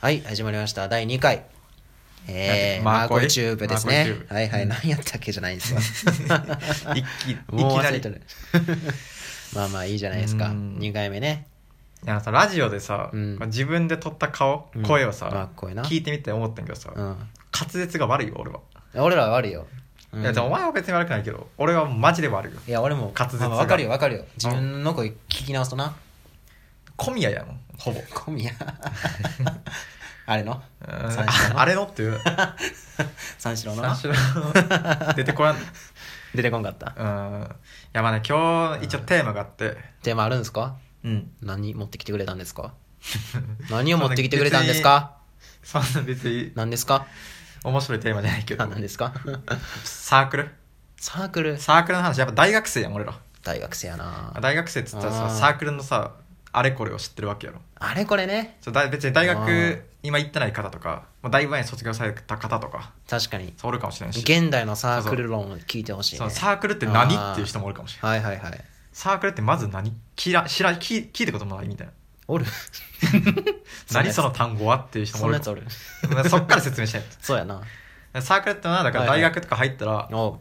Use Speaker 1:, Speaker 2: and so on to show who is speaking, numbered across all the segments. Speaker 1: はい、始まりました。第2回。えー、
Speaker 2: な
Speaker 1: マ
Speaker 2: んて
Speaker 1: ーコイチューブです
Speaker 2: マーコ
Speaker 1: ね
Speaker 2: イチュー。ブ
Speaker 1: はいはい、何やったっけじゃないん ですよ。
Speaker 2: 一気
Speaker 1: もう
Speaker 2: いきな
Speaker 1: 忘
Speaker 2: り
Speaker 1: れてる。まあまあいいじゃないですか。
Speaker 2: うん
Speaker 1: 2回目ね。
Speaker 2: いやさラジオでさ、
Speaker 1: うん
Speaker 2: 自分で撮った顔、
Speaker 1: うん
Speaker 2: 声を
Speaker 1: まあ
Speaker 2: さ、
Speaker 1: こういうな。
Speaker 2: 聞いてみて思ったんやけどさ、
Speaker 1: うん。
Speaker 2: 滑舌が悪いよ俺は、
Speaker 1: 俺らは悪いよ。うん
Speaker 2: いやじゃあお前は別に悪くないけど俺はマジで悪いよ
Speaker 1: いや俺も
Speaker 2: 滑舌が
Speaker 1: まあわかるよわかるよ自分の声聞き直すとな
Speaker 2: 小宮やもんほぼ
Speaker 1: 小 宮あれの
Speaker 2: うん
Speaker 1: 三四郎
Speaker 2: ああれのっ ていう
Speaker 1: 三四郎のな
Speaker 2: 三種類 出てこらんう
Speaker 1: 出てこんかった
Speaker 2: んいやまあね今日一応テーマがあって
Speaker 1: テーマあるんですか
Speaker 2: うん
Speaker 1: 何持ってきてくれたんですか何を持ってきてくれたんですか
Speaker 2: そんな別に
Speaker 1: 何ですか
Speaker 2: 面白いテーマじゃないけど
Speaker 1: あ何です か
Speaker 2: サークル
Speaker 1: サークル
Speaker 2: サークルの話やっぱ大学生やん俺ら
Speaker 1: 大学生やな
Speaker 2: 大学生っつったら
Speaker 1: あ
Speaker 2: さ
Speaker 1: ー
Speaker 2: サークルのさあれこれを知ってるわけやろ
Speaker 1: あれこれね
Speaker 2: そうだ別に大
Speaker 1: あ
Speaker 2: 学
Speaker 1: ー
Speaker 2: 今行ってない方とかもうだいぶ前に卒業された方とか
Speaker 1: 確かに
Speaker 2: そうおるかもしれないし、
Speaker 1: 現代のサークル論を聞いてほしい
Speaker 2: そ
Speaker 1: ね
Speaker 2: のサークルって何
Speaker 1: あー
Speaker 2: っていう人もおるかもしれない
Speaker 1: はいはいはい
Speaker 2: サークルってまず何きら知ら聞い聞いたこともないみたいな
Speaker 1: おるそんな
Speaker 2: 何
Speaker 1: やつ
Speaker 2: その単語はっていう人も
Speaker 1: そ
Speaker 2: お
Speaker 1: んな
Speaker 2: る
Speaker 1: やつおる
Speaker 2: そっから説明したい
Speaker 1: そうやな
Speaker 2: サークルってのはだから
Speaker 1: はいは
Speaker 2: 大
Speaker 1: い
Speaker 2: 学とか入ったら、
Speaker 1: おう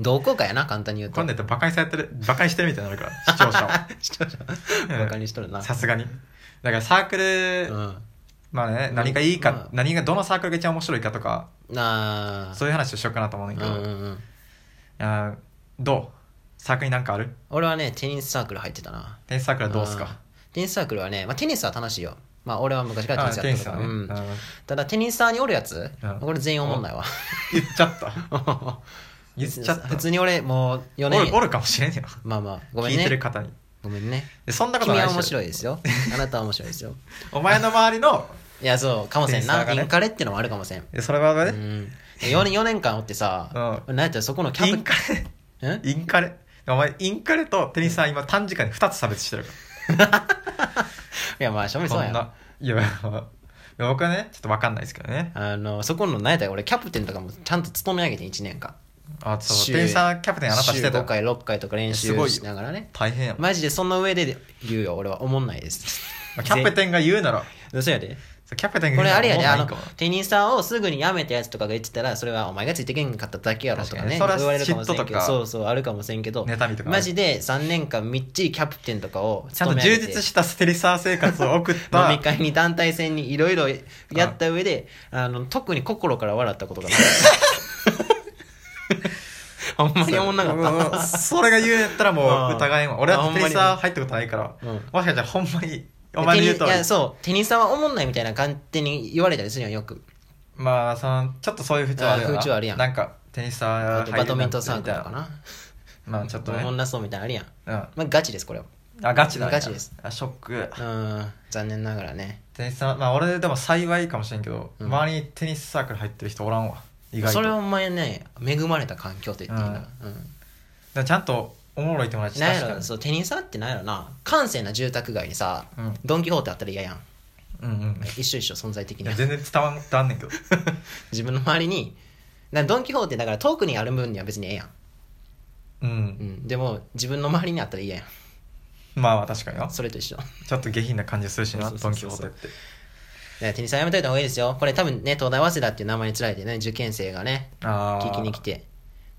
Speaker 1: 同好会やな簡単に言うと
Speaker 2: 今度やったらバカにされてるバカにしてるみたいになるから 視聴者を
Speaker 1: 視聴者
Speaker 2: うん
Speaker 1: バカにしとるな
Speaker 2: さすがにだからサークル、
Speaker 1: うん
Speaker 2: まあね何がいいか、
Speaker 1: うん
Speaker 2: 何がどのサークルが一番面白いかとか
Speaker 1: なあ
Speaker 2: そういう話をしようかなと思うねんだけど、
Speaker 1: うんうんうん
Speaker 2: あーどうサークルになんかある
Speaker 1: 俺はねテニスサークル入ってたな
Speaker 2: テニスサークルはどうっすか
Speaker 1: んテニスサークルはね、まあ、テニスは楽しいよまあ俺は昔からテニスやってたから、
Speaker 2: あー
Speaker 1: うん
Speaker 2: テニスだねうん
Speaker 1: ただテニスサーにおるやつ、
Speaker 2: うん
Speaker 1: これ全員おもんないわ
Speaker 2: 言っちゃった 言っちゃった
Speaker 1: 普通に俺もう4
Speaker 2: お
Speaker 1: 年
Speaker 2: るおるかもしれんよ
Speaker 1: まあまあごめん
Speaker 2: 聞いてる
Speaker 1: ね
Speaker 2: 方に
Speaker 1: ごめんね
Speaker 2: でそんなこと
Speaker 1: 君
Speaker 2: ない
Speaker 1: は
Speaker 2: し
Speaker 1: 面白いですよあなたは面白い ですよ
Speaker 2: お前の周り の
Speaker 1: いやそうかもせんな、
Speaker 2: テニスサーがね
Speaker 1: インカレってのもあるかもせん、
Speaker 2: でそれは
Speaker 1: う
Speaker 2: ね、
Speaker 1: ん、4, 年4年間おってさ、なんやったらそこのキ
Speaker 2: イ
Speaker 1: ャ
Speaker 2: ン
Speaker 1: ン
Speaker 2: カレ
Speaker 1: プん
Speaker 2: インカレお前インカレとテニスさん今短時間に2つ差別してるか
Speaker 1: いやまあしょ
Speaker 2: ら
Speaker 1: みそうやん
Speaker 2: ないやいや僕はねちょっと分かんないですけどね
Speaker 1: あのそこの何やったら俺キャプテンとかもちゃんと務め上げて1年間
Speaker 2: あそ
Speaker 1: 週
Speaker 2: うテニスさんキャプテンあなたして
Speaker 1: 週5
Speaker 2: た
Speaker 1: 回6回とか練習
Speaker 2: すごいよ
Speaker 1: しながらね
Speaker 2: 大変やもん
Speaker 1: マジでその上で言うよ俺はおもんないです
Speaker 2: まあキャプテンが言うなら
Speaker 1: 嘘やで
Speaker 2: そうキャプテン
Speaker 1: こ
Speaker 2: が言う
Speaker 1: れ
Speaker 2: な
Speaker 1: あ
Speaker 2: ら
Speaker 1: れやであ
Speaker 2: も
Speaker 1: の
Speaker 2: うないんかも
Speaker 1: テニスさんをすぐに辞めたやつとかが言ってたらそれはお前がついてけんかっただけやろとかね
Speaker 2: 確かに
Speaker 1: 言われるかもしれん
Speaker 2: 嫉
Speaker 1: け
Speaker 2: 妬と
Speaker 1: ど
Speaker 2: か
Speaker 1: そうそうあるかもしれんけど
Speaker 2: 妬みとかある
Speaker 1: マジで3年間みっちりキャプテンとかを
Speaker 2: ちゃん
Speaker 1: 務
Speaker 2: と
Speaker 1: め
Speaker 2: 充
Speaker 1: 上げて
Speaker 2: 実したステリサー生活を送った
Speaker 1: 飲み会に団体戦にいろいろやった上であの特に心から笑ったことがないほんまに思んなかっ
Speaker 2: うんそれが言うんやったらも
Speaker 1: うん
Speaker 2: う疑いも俺
Speaker 1: あほ
Speaker 2: は
Speaker 1: ん
Speaker 2: テ
Speaker 1: まに
Speaker 2: ニスは入ったことないから、
Speaker 1: うん
Speaker 2: もしかしたらほんまに
Speaker 1: た
Speaker 2: お前の言う
Speaker 1: テ
Speaker 2: と
Speaker 1: ニいやそうテニスさんはおもんないみたいな感じに言われたりするやんよく
Speaker 2: まあそのちょっとそういう風潮あるよ
Speaker 1: あ
Speaker 2: な
Speaker 1: 風潮あるやん
Speaker 2: なんかテニスは
Speaker 1: あとバドミントンサー
Speaker 2: み
Speaker 1: ク
Speaker 2: たい
Speaker 1: ルかな
Speaker 2: まあちょっとね、
Speaker 1: お
Speaker 2: う
Speaker 1: もん
Speaker 2: ん、
Speaker 1: なそうみたいなのあるやん、
Speaker 2: あ
Speaker 1: まあ、ガチですこれは
Speaker 2: ガチだね
Speaker 1: ガチです
Speaker 2: あショック
Speaker 1: うん残念ながらね
Speaker 2: テニスはまあ俺でも幸いかもしれんけど、
Speaker 1: うん
Speaker 2: 周りにテニスサークル入ってる人おらんわ意外と
Speaker 1: それはお前ね恵まれた環境と言っていいな、うん
Speaker 2: だからちゃんとおもろい友達
Speaker 1: なん
Speaker 2: 確
Speaker 1: や
Speaker 2: か
Speaker 1: ろ
Speaker 2: に
Speaker 1: そうテニスサーってなんやろな閑静な住宅街にさ、
Speaker 2: うん
Speaker 1: ドン・キホーテあったら嫌やん
Speaker 2: うんうん
Speaker 1: 一緒一緒存在的
Speaker 2: い
Speaker 1: に
Speaker 2: や全然伝わん伝わんねんけど
Speaker 1: 自分の周りになドン・キホーテだから遠くにある分には別にええやん、
Speaker 2: うん、
Speaker 1: うん、でも自分の周りにあったら嫌やん
Speaker 2: まあまあ確かにな
Speaker 1: それと一緒だか
Speaker 2: ちょっと下品な感じするしな
Speaker 1: そうそ
Speaker 2: ド
Speaker 1: う
Speaker 2: ン・
Speaker 1: そ
Speaker 2: キ
Speaker 1: う
Speaker 2: ホー
Speaker 1: そ
Speaker 2: テ
Speaker 1: う
Speaker 2: って
Speaker 1: らテニスはやめといた方がいいですよこれ多分ね東大早稲田っていう名前につられてね受験生がね
Speaker 2: ああ
Speaker 1: 聞きに来て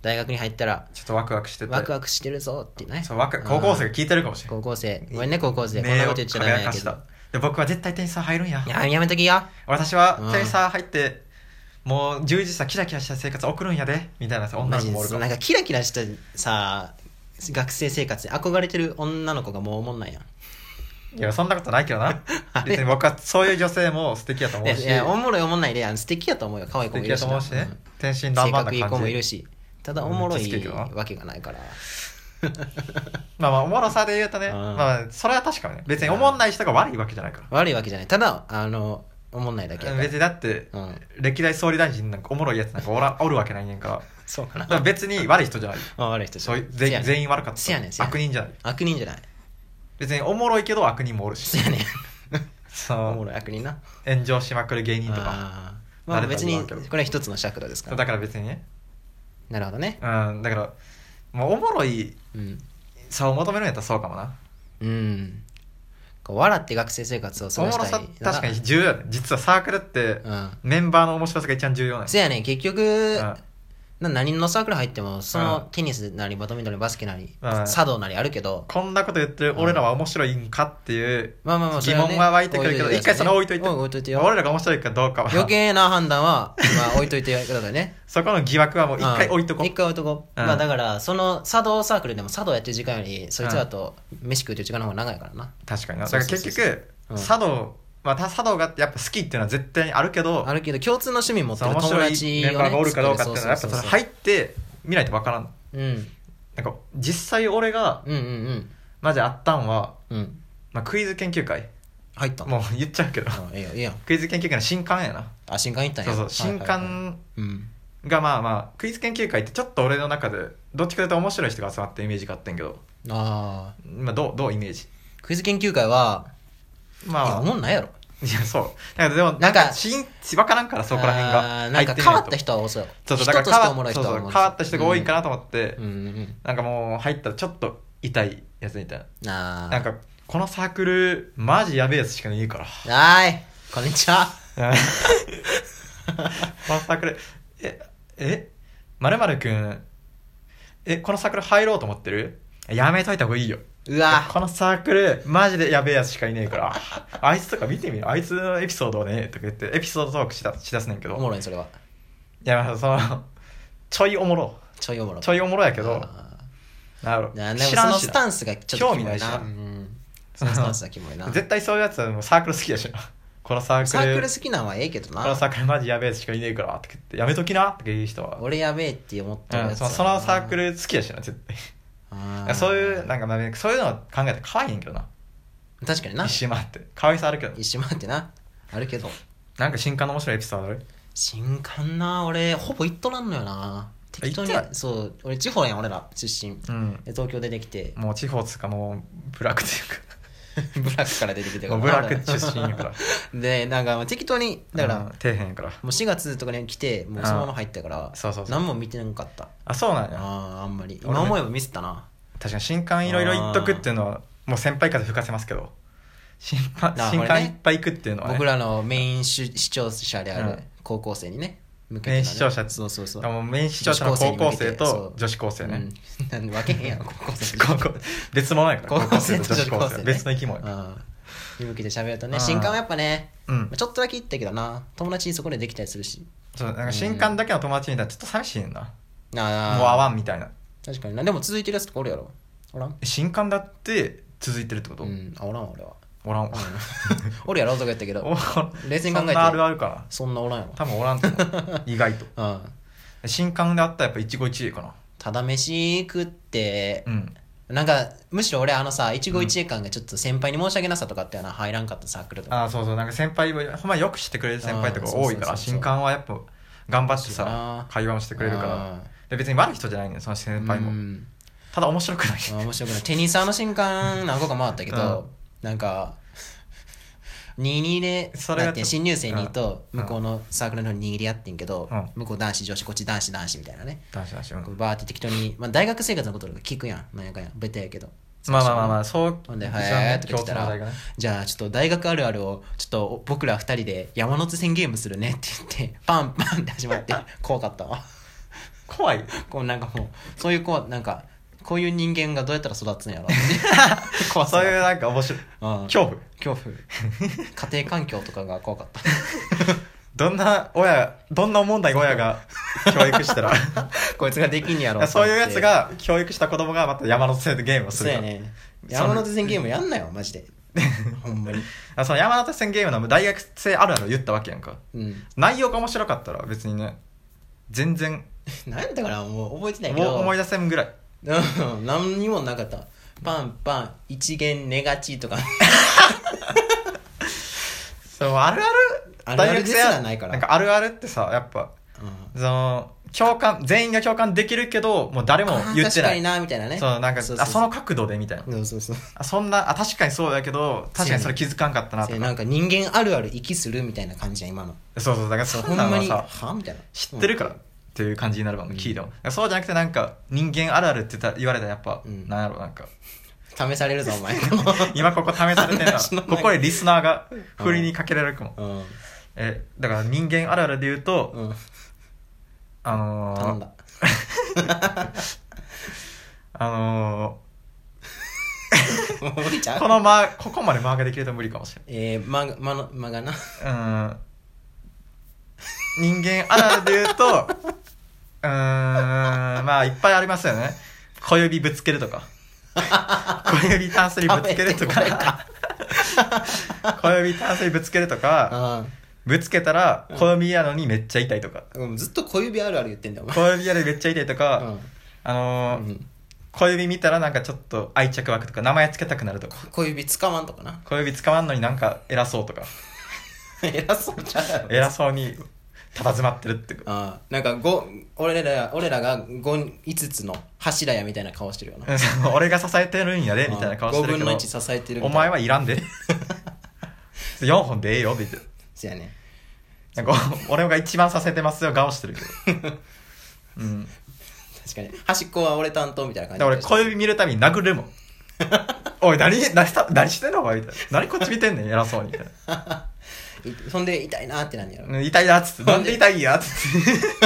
Speaker 1: 大学に入ったら
Speaker 2: ちょっとワクワクしてて
Speaker 1: ワクワクしてるぞってね
Speaker 2: そうワク高校生
Speaker 1: うん
Speaker 2: が聞いてるかもしれない
Speaker 1: 高校生ごめんね高校生こん
Speaker 2: 名
Speaker 1: なこ
Speaker 2: 誉
Speaker 1: と言っちゃダメ
Speaker 2: 輝
Speaker 1: や
Speaker 2: か
Speaker 1: け
Speaker 2: し
Speaker 1: ど
Speaker 2: たで僕は絶対テニスは入るんや
Speaker 1: いややめときよ
Speaker 2: 私は
Speaker 1: うん
Speaker 2: テニスは入ってもう充実したキラキラした生活送るんやでみたいなさ女
Speaker 1: マ
Speaker 2: の子
Speaker 1: ジ
Speaker 2: もおる
Speaker 1: で
Speaker 2: か
Speaker 1: なん
Speaker 2: ら
Speaker 1: かキラキラしたさ学生生活に憧れてる女の子がもうおもんないやん
Speaker 2: いやそんなことないけどな
Speaker 1: あれ
Speaker 2: 別に僕はそういう女性も素敵やと思うし
Speaker 1: いやいやおもろいおもんないであの素敵やと思うよ可愛い子
Speaker 2: 素
Speaker 1: もい
Speaker 2: 敵
Speaker 1: る
Speaker 2: や
Speaker 1: し
Speaker 2: と
Speaker 1: な
Speaker 2: 思うしね
Speaker 1: うん
Speaker 2: 天真爛
Speaker 1: 性
Speaker 2: 漫
Speaker 1: 格いい
Speaker 2: な
Speaker 1: 子
Speaker 2: 感
Speaker 1: もいる
Speaker 2: じ
Speaker 1: しただおもろ
Speaker 2: めっちゃ好
Speaker 1: い
Speaker 2: きやけどな
Speaker 1: わけがないから
Speaker 2: まあまあおもろさで言うとね
Speaker 1: うん
Speaker 2: まあそれは確かにね別におもんない人が悪いわけじゃないから
Speaker 1: 悪いわけじゃないただあのおもんないだけやから
Speaker 2: 別にだって
Speaker 1: うん
Speaker 2: 歴代総理大臣なんかおもろいやつなんかおらおるわけないねんから
Speaker 1: そうか
Speaker 2: だ
Speaker 1: な
Speaker 2: から別に悪い人じゃない
Speaker 1: あ悪い人
Speaker 2: そういう
Speaker 1: せや
Speaker 2: 全
Speaker 1: ねん
Speaker 2: 全員悪かった
Speaker 1: せやねんせやねん
Speaker 2: 悪人じゃない
Speaker 1: 悪人じゃない
Speaker 2: 別におもろいけど悪人もおる
Speaker 1: そ
Speaker 2: し
Speaker 1: やねん
Speaker 2: そ
Speaker 1: おも
Speaker 2: の
Speaker 1: ろい悪人な
Speaker 2: 炎上しまくる芸人とか
Speaker 1: あーまあ
Speaker 2: 慣れ
Speaker 1: 別
Speaker 2: たら言わ
Speaker 1: に
Speaker 2: んけど
Speaker 1: これは一つの尺度ですか
Speaker 2: だ
Speaker 1: ら
Speaker 2: から別にね
Speaker 1: なるほどね
Speaker 2: うんだからもうおもろい
Speaker 1: うん
Speaker 2: さを求めるんやったらそうかもな
Speaker 1: うんこう笑って学生生活を過
Speaker 2: お
Speaker 1: ご
Speaker 2: も
Speaker 1: し
Speaker 2: ろ
Speaker 1: たい
Speaker 2: さ
Speaker 1: な
Speaker 2: 確かに重要やね実はサークルって
Speaker 1: うん
Speaker 2: メンバーの面白さが一番重要なんです
Speaker 1: せやねん結局
Speaker 2: うん
Speaker 1: な何のサークル入ってもそうの
Speaker 2: ん
Speaker 1: テニスなりバドミントンなりバスケなり
Speaker 2: うん
Speaker 1: 茶道なりあるけど
Speaker 2: こんなこと言ってる俺らは面白いんかっていう
Speaker 1: まあまあまあそ
Speaker 2: 疑
Speaker 1: れね
Speaker 2: 問は湧いてくるけど
Speaker 1: 置
Speaker 2: 一回それ置いといて
Speaker 1: うん置いといてよ
Speaker 2: 俺らが面白いかどうかは
Speaker 1: 余計な判断はまあ置いといてくださいね
Speaker 2: そこの疑惑は もう一回
Speaker 1: うん
Speaker 2: 置いとこう
Speaker 1: 一回置いとこう
Speaker 2: うん
Speaker 1: まあだからその茶道サークルでも茶道やってる時間よりそいつらと飯食うっていう時間の方が長いからな
Speaker 2: 確かになだ
Speaker 1: そ
Speaker 2: か
Speaker 1: うそ
Speaker 2: ら
Speaker 1: うそう
Speaker 2: 結
Speaker 1: そう
Speaker 2: 局
Speaker 1: うん
Speaker 2: 茶道まあた茶道がやっぱ好きっていうのは絶対にあるけど
Speaker 1: あるけど共通の趣味持って
Speaker 2: その
Speaker 1: る
Speaker 2: 面
Speaker 1: 友
Speaker 2: 白い
Speaker 1: 達
Speaker 2: メン
Speaker 1: を
Speaker 2: バー
Speaker 1: ね
Speaker 2: がおるかどうかっていうのはやっぱ
Speaker 1: そう
Speaker 2: そ
Speaker 1: そうそう
Speaker 2: れ
Speaker 1: そう
Speaker 2: 入って見ないと分からん
Speaker 1: うん
Speaker 2: なんか実際俺が
Speaker 1: うんうん
Speaker 2: マジあったんは、
Speaker 1: うんうん
Speaker 2: まあ、クイズ研究会
Speaker 1: 入ったの
Speaker 2: もう言っちゃうけど
Speaker 1: うんいいよいいよ
Speaker 2: クイズ研究会の新刊やな
Speaker 1: あ新刊行ったん
Speaker 2: そ
Speaker 1: や
Speaker 2: うそう新
Speaker 1: はいはいはい
Speaker 2: 刊
Speaker 1: うん
Speaker 2: がまあまあクイズ研究会ってちょっと俺の中でどっちかというと面白い人が集まってるイメージがあってんけど、
Speaker 1: ああ
Speaker 2: まあ、どうどうイメージ
Speaker 1: クイズ研究会は
Speaker 2: まあ
Speaker 1: いやおもんないやろ
Speaker 2: いや、そう。だからでも、
Speaker 1: なんか
Speaker 2: 新、わからんから、そこら辺
Speaker 1: あ
Speaker 2: が。
Speaker 1: ーなんか
Speaker 2: 入て
Speaker 1: 変
Speaker 2: み
Speaker 1: わ
Speaker 2: いと
Speaker 1: った人は多そう
Speaker 2: そうそう、だか
Speaker 1: 人
Speaker 2: ら
Speaker 1: と
Speaker 2: 変
Speaker 1: してお
Speaker 2: わ
Speaker 1: も
Speaker 2: っ
Speaker 1: ろい
Speaker 2: そう
Speaker 1: 人
Speaker 2: そう
Speaker 1: はお
Speaker 2: 変
Speaker 1: もろい
Speaker 2: わった人が多いかなと思って、
Speaker 1: うんうん
Speaker 2: なんかもう入ったらちょっと痛いやつみたい
Speaker 1: うんあ
Speaker 2: な。
Speaker 1: ー
Speaker 2: なんか、このサークル、マジやべえやつしかいね えから。
Speaker 1: はーいこんにちは
Speaker 2: このサークル、え、え、まるまるくん、え、このサークル入ろうと思ってるやめといた方がいいよ。
Speaker 1: うわ
Speaker 2: このサークルマジでやべえやつしかいねえからあいつとか見てみろあいつのエピソードをねとか言ってエピソードトークしだしだすねんけど
Speaker 1: おもろいそれはい
Speaker 2: やまあそのちょいおもろ
Speaker 1: ちょいおもろ
Speaker 2: ちょいおもろやけど
Speaker 1: あ
Speaker 2: なるほ
Speaker 1: ー
Speaker 2: ど
Speaker 1: なでも
Speaker 2: 知
Speaker 1: そ
Speaker 2: らん
Speaker 1: の
Speaker 2: し
Speaker 1: ス
Speaker 2: な
Speaker 1: タンスがちょっとキモ
Speaker 2: 興味ないしな
Speaker 1: うんそのスタンスはキモいな
Speaker 2: 絶対そういうやつはもうサークル好きやしなこのサークル
Speaker 1: サークル好きなんはええけど
Speaker 2: この
Speaker 1: な
Speaker 2: サークルマジやべえやつしかいねえからって言ってやめときなっていう人は、
Speaker 1: 俺やべえって思ってる
Speaker 2: う
Speaker 1: や
Speaker 2: ん、
Speaker 1: つ
Speaker 2: そ
Speaker 1: は
Speaker 2: のそのサークル好きやしな絶対
Speaker 1: あー
Speaker 2: そういうなんかまあそういうのを考えたら可愛いんやけどな
Speaker 1: 確かにな
Speaker 2: 一周回って可愛さあるけど
Speaker 1: 一周回ってなあるけど
Speaker 2: なんか新刊の面白いエピソードある
Speaker 1: 新刊な俺ほぼ行っとらんのよな適当に
Speaker 2: 行ってな
Speaker 1: そう俺地方やん俺ら出身
Speaker 2: うん
Speaker 1: で東京出てき て
Speaker 2: もう地方っつうかもう部落っていうか
Speaker 1: ブラックから出てきて
Speaker 2: もう部落出身 やから
Speaker 1: らでなんかまあ適当にだから、
Speaker 2: うん
Speaker 1: も
Speaker 2: 底辺やから
Speaker 1: う4月とかに来てもうそのまま入ったから
Speaker 2: そうそうそう
Speaker 1: 何も見てなかった
Speaker 2: あそうなんや
Speaker 1: あーあんまり
Speaker 2: 俺も
Speaker 1: 今思えば見せたな
Speaker 2: 確かに新刊いろいろ行っとくっていうのはもう先輩風吹かせますけど新刊
Speaker 1: あ
Speaker 2: 新
Speaker 1: これ
Speaker 2: 刊い
Speaker 1: ね
Speaker 2: っぱい行くっていうのは、ね、
Speaker 1: 僕らのメイン視視聴者であ
Speaker 2: う
Speaker 1: る
Speaker 2: ん
Speaker 1: 高校生にね向けて、
Speaker 2: メ
Speaker 1: ね、
Speaker 2: イン視聴者
Speaker 1: そうそうそう
Speaker 2: だからもうメイン視聴者の高校生と女
Speaker 1: 女
Speaker 2: 子高生ね、
Speaker 1: うんなんで分けへんやろ高校生
Speaker 2: 高校別物やから
Speaker 1: 高校生と
Speaker 2: 高
Speaker 1: 女子高生ね
Speaker 2: 別の生き物や
Speaker 1: うんに向けて喋るとね
Speaker 2: あー
Speaker 1: 新刊はやっぱね
Speaker 2: うん
Speaker 1: まあちょっとだけ行ったけどな友達そこでできたりするし
Speaker 2: そうなんか新刊だけの友達みたいなちょっと寂しいねんな、
Speaker 1: あ
Speaker 2: もう会わ
Speaker 1: ん
Speaker 2: んみたいな
Speaker 1: 確かになでも続いてるやつとかおるやろおらん
Speaker 2: 新刊だって続いてるってこと、
Speaker 1: うんあおらん 俺は
Speaker 2: おらんわ
Speaker 1: おるやろとか言ったけ
Speaker 2: お
Speaker 1: ど
Speaker 2: らん
Speaker 1: 冷静に考えて
Speaker 2: そんなあるあるか
Speaker 1: そんなおらんや
Speaker 2: な多分おらんと思 う意外と
Speaker 1: ろうん
Speaker 2: 新刊であったらやっぱ一期一会かな
Speaker 1: ただ飯食って
Speaker 2: うん
Speaker 1: なんかむしろ俺あのさ一期一会感がちょっと先輩に申し訳なさとかあってな入らんかったサークルとか
Speaker 2: ああそうそうなんか先輩はほんまよく知ってくれる先輩とか多いか
Speaker 1: あー
Speaker 2: ら
Speaker 1: そうそうそうそう
Speaker 2: 新刊はやっぱ頑張って
Speaker 1: そうだ
Speaker 2: さ
Speaker 1: な
Speaker 2: 会話もしてくれるから
Speaker 1: ら
Speaker 2: で別に悪い人じゃないねんその先輩もただ面白くない
Speaker 1: あ面白くないテニサーの新刊何個か回ったけ
Speaker 2: う
Speaker 1: ど、なんか22で
Speaker 2: それが
Speaker 1: だって新入生にと
Speaker 2: うん
Speaker 1: 向こうのサークルの方に握り合ってんけど、
Speaker 2: うん
Speaker 1: 向こう男子女子こっち男子男子みたいなね
Speaker 2: 男子男子うん
Speaker 1: こうバーって適当に、まあ、大学生活のこととか聞くやんなんやかんやベタやけど
Speaker 2: まあまあまあま
Speaker 1: あ
Speaker 2: あそう
Speaker 1: ほんで「
Speaker 2: 一
Speaker 1: は
Speaker 2: 番
Speaker 1: い」とか
Speaker 2: 共
Speaker 1: 言っ
Speaker 2: 通
Speaker 1: た
Speaker 2: の話題
Speaker 1: ら
Speaker 2: がね
Speaker 1: じゃあちょっと大学あるあるをちょっと僕ら二人で山手線ゲームするねって言ってパンパンって始ま って怖かったわ
Speaker 2: 怖い
Speaker 1: こうなんかもうそういうこうなんかこういう人間がどうやったら育つん やろって 怖さ
Speaker 2: そういうなんか面白い
Speaker 1: うん
Speaker 2: 恐怖
Speaker 1: 恐 怖家庭環境とかが怖かった
Speaker 2: どんな親どんな問題親が教育したら
Speaker 1: こいつができん やろ
Speaker 2: そういうやつが教育した子供がまた山手線でゲームをす
Speaker 1: そう
Speaker 2: る
Speaker 1: や
Speaker 2: から
Speaker 1: ね
Speaker 2: その
Speaker 1: 山手線ゲームやんなよマジでほんまに
Speaker 2: あその山手線ゲームの大学生あるあるを言ったわけやんか
Speaker 1: うん
Speaker 2: 内容が面白かったら別にね全然
Speaker 1: 何やったかなもう覚えてないけ
Speaker 2: もう
Speaker 1: ど
Speaker 2: 思い出せんぐらい
Speaker 1: うん何にもなかったパンパン一元寝がちとか
Speaker 2: そうあるある
Speaker 1: あるある
Speaker 2: 大学生
Speaker 1: ですらないから
Speaker 2: んかあるあるってさやっぱ
Speaker 1: うん
Speaker 2: その共感全員が共感できるけどもう誰も
Speaker 1: あー
Speaker 2: 言っ
Speaker 1: 確
Speaker 2: てな
Speaker 1: か
Speaker 2: い
Speaker 1: になみたいなね
Speaker 2: そうなんか
Speaker 1: そうそ
Speaker 2: あ
Speaker 1: う
Speaker 2: そ
Speaker 1: そう
Speaker 2: の角度でみたいな
Speaker 1: そうそうそう
Speaker 2: あそんなあ確かにそうだけど確かにそれ気づかんかったなと
Speaker 1: せ
Speaker 2: か
Speaker 1: なんか人間あるある息するみたいな感じや今の
Speaker 2: そうそうだから
Speaker 1: そ
Speaker 2: そ
Speaker 1: う
Speaker 2: う
Speaker 1: ほん
Speaker 2: なの
Speaker 1: ま
Speaker 2: は
Speaker 1: に
Speaker 2: さ
Speaker 1: はみたいな
Speaker 2: 知ってるからっていう感じになるばもう聞いても、そうじゃなくてなんか人間あるあるって言った言われたらやっぱ、
Speaker 1: うん
Speaker 2: なんやろなんか
Speaker 1: 試されるぞ お前
Speaker 2: 今ここ試されてる
Speaker 1: 話の
Speaker 2: な
Speaker 1: 中
Speaker 2: ここへリスナーが振りにかけられるかも、
Speaker 1: うん
Speaker 2: えだから人間あるあるで言うと、
Speaker 1: うん
Speaker 2: あ
Speaker 1: 頼ん
Speaker 2: のー、
Speaker 1: だ
Speaker 2: あの
Speaker 1: もう無理ちゃ
Speaker 2: ー、
Speaker 1: う
Speaker 2: この間ここまで間ができると無理かもしれない
Speaker 1: えー、ま、まの、まがな。
Speaker 2: うん人間あるあるで言うと うーんまあいっぱいありますよね小指ぶつける とか小指タンスにぶつけると
Speaker 1: 食べてこ
Speaker 2: か 小指タンスにぶつけるとか
Speaker 1: う
Speaker 2: ぶつけたら小指やのにめっちゃ痛いとか
Speaker 1: ん。うんずっと小指あるある言ってん だよ、お前。
Speaker 2: 小指やのにめっちゃ痛いとか、あのー
Speaker 1: うんうん
Speaker 2: 小指見たらなんかちょっと愛着枠とか名前つけたくなるとか
Speaker 1: 小指つかまんとかな。
Speaker 2: 小指捕まんのになんか偉そうとか
Speaker 1: 偉そうちゃうやろ。
Speaker 2: 偉そうに佇まってる っていうか
Speaker 1: あーなんかご俺ら俺らが5 5つの柱やみたいな顔してるよな
Speaker 2: うんその俺が支えてるんやでみたいな顔し
Speaker 1: 5
Speaker 2: てるけ
Speaker 1: 分
Speaker 2: ど
Speaker 1: の1支えてる
Speaker 2: お前
Speaker 1: は
Speaker 2: はいらんで 4本でええよみたい
Speaker 1: そやね
Speaker 2: ななんか俺が一番支えてますよ顔してるけど うん
Speaker 1: 確かに端っこは俺担当みたいな感
Speaker 2: だ
Speaker 1: じ
Speaker 2: から俺小指見るたびに殴るもん おい何何した何してんのお前みたいな何こっち見てんねん偉そうにみたいな
Speaker 1: 指そんで痛いなーってなんやろ、
Speaker 2: うん痛いなっつって、なんで痛いんやっつって、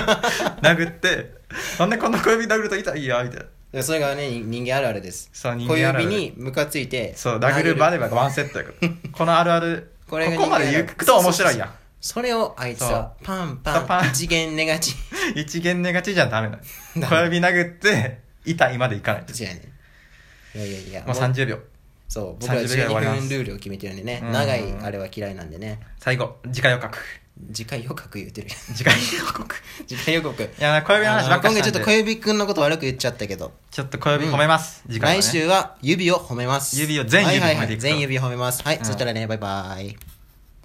Speaker 2: 殴って、なんでこんな小指殴ると痛いんやみたいな。
Speaker 1: それがね人間あるあるです
Speaker 2: そう人間あるある
Speaker 1: 小指にムカついて
Speaker 2: そう、殴る場ではワンセットやから。このあるある、こ
Speaker 1: これが人間
Speaker 2: こまで言うと面白いやん。
Speaker 1: それをあいつはパンパン
Speaker 2: パン
Speaker 1: 一元ネガチ
Speaker 2: 一元ネガチじゃダメな
Speaker 1: メ
Speaker 2: の。小指殴って、痛いまでいかないと。
Speaker 1: ブやねいやいやいや
Speaker 2: もう
Speaker 1: もう
Speaker 2: 30秒。
Speaker 1: そう僕ら
Speaker 2: 30秒で終わりま
Speaker 1: 12分
Speaker 2: す
Speaker 1: ルールを決めてるんでね
Speaker 2: うん
Speaker 1: 長いあれは嫌いなんでね
Speaker 2: 最後、次回予告。
Speaker 1: 次回予告言うてる
Speaker 2: 次回予告。
Speaker 1: 次回予告
Speaker 2: いや、小指の
Speaker 1: あ
Speaker 2: 話ば
Speaker 1: の
Speaker 2: っか
Speaker 1: 今
Speaker 2: り
Speaker 1: 回
Speaker 2: し
Speaker 1: ち
Speaker 2: た
Speaker 1: ょ
Speaker 2: ん
Speaker 1: っと小
Speaker 2: で
Speaker 1: 指くんのこと悪く言っちゃったけど、
Speaker 2: ちょっと小指褒めます。次回はね
Speaker 1: 来週は指を褒めます
Speaker 2: 指を全指褒めていくから
Speaker 1: はいはいはい、全指褒めますはい、
Speaker 2: うん
Speaker 1: そしたらねバイバイ